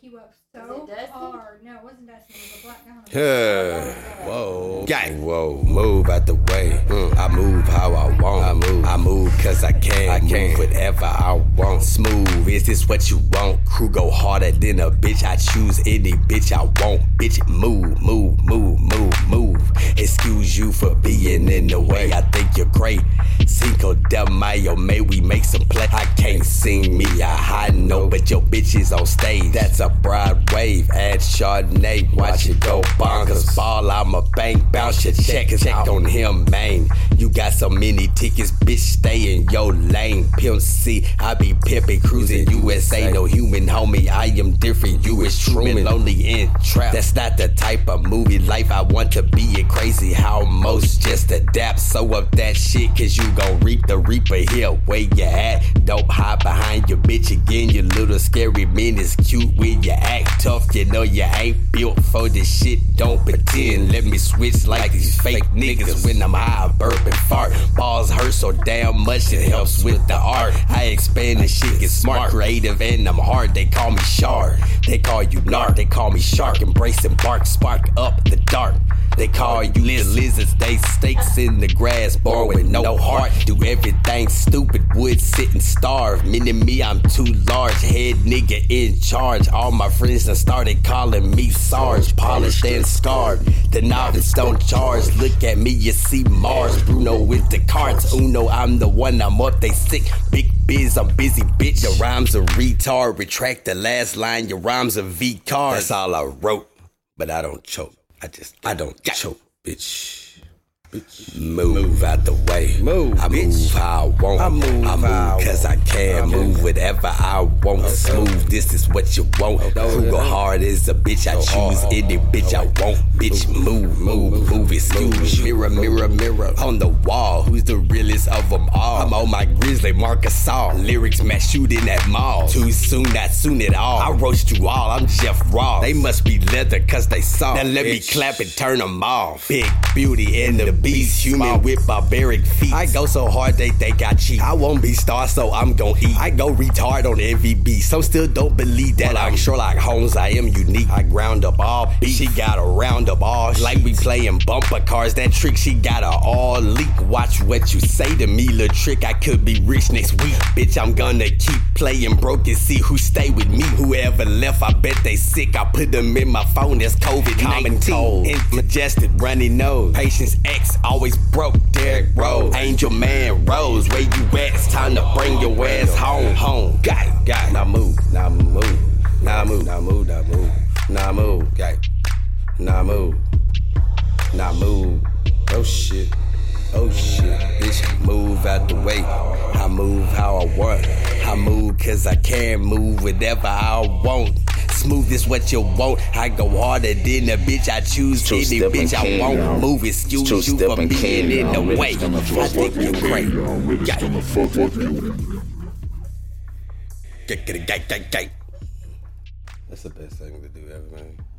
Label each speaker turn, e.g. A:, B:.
A: he worked
B: Was
A: so
B: it Dusty?
A: hard. No, it wasn't Dusty. It was a black guy.
C: Whoa.
D: Gang. Whoa, move out the way. Mm. I move how I want. I move. I move cause I can. I can. Move whatever I want. Smooth. Is this what you want? Crew go harder than a bitch. I choose any bitch I want. Bitch, move, move, move, move, move. Excuse you for being in the way. I think you're great. Cinco de Mayo, may we make some play. I can't sing me a high note, but your bitch is on stage. That's a broad wave. Add Chardonnay, watch it go bonkers. Ball, I'm a bank bounce your check. Check on him, man. You got so many tickets, bitch. Stay in your lane. Pimp C, I be pimping, cruising USA. No human, homie. I am different. You is Truman, lonely in trap. That's not the type of movie life I want to be. It crazy how most just adapt. So up that shit, cause you gon' reap the reaper here where you at. Don't hide behind your bitch again. You little scary men is cute when you act tough. You know you ain't built for this shit. Don't pretend. Let me switch like these fake niggas when I'm high, I burp and fart. Balls hurt so damn much it helps with the art. I expand and shit get smart, creative and I'm hard. They call me Shard. They call you Narc. They call me Shark. Embrace and bark, spark up the dark. They call you lizards. lizards. They stakes in the grass, born with no heart. Do everything stupid, would sit and starve. Mini me, I'm too large. Head nigga in charge. All my friends done started calling me Sarge. Polished and scarred. The novice don't charge. Look at me, you see Mars. Bruno with the cards. Uno, I'm the one, I'm up. They sick. Big biz, I'm busy, bitch. Your rhymes are retard. Retract the last line. Your rhymes are V card. That's all I wrote, but I don't choke. I just, I don't choke, bitch. Move, out the way.
C: Move,
D: I
C: bitch.
D: move how I want.
C: I move
D: I
C: how I
D: move cause I can. Move whatever I want. Smooth, this is what you want. Who go hard is a bitch. I choose any bitch I want. Bitch, move, move, move. Excuse you. Mirror, mirror, mirror. On the wall, who's the realest of them all? I'm on my grizzly Marcus all. Lyrics match shooting at mall. Too soon, not soon at all. I roast you all. I'm Jeff Ross. They must be leather cause they soft. Now let me
C: Bitch.
D: clap and turn them off. Big beauty and the beast, human with barbaric feet. I go so hard they think I cheat. I won't be star, so I'm gon' eat. I go retard on every beat. Some still don't believe that I'm Sherlock Holmes. I am unique. I ground up all beats. She got a round up all like we playing bumper cars. That trick she got a all leak. Watch what you say to me, little trick. I could be rich next week, bitch. I'm gonna keep playing broke and see who stay with me. Whoever left, I bet they sick. I put them in my phone. That's COVID common cold. In- Majestic runny nose. Patience X always broke. Derrick Rose, Angel Man Rose. Where you at? It's time to bring your ass home. Home. Got it. Got it. Now move. Now move. Now move. Now move. Now move. Now move. Got it. Now move. Now move. Oh shit. Oh shit. Bitch, move out the way. I move how I want. I move cause I can move whatever I want. Smooth is what you want. I go harder than a bitch. I choose
E: Two
D: any
E: step and
D: bitch I
E: can,
D: want.
E: y'all.
D: Move,
E: Two
D: excuse you
E: step
D: for
E: and can,
D: being in the
E: y'all.
D: way.
E: Niggas gonna
D: I
E: fuck
D: think
E: with
D: you're
E: you,
D: great.
E: y'all. Niggas
D: Yeah.
E: gonna fuck with you.
D: Giggity, gag, gag, gag.
C: That's the best thing to do ever, man.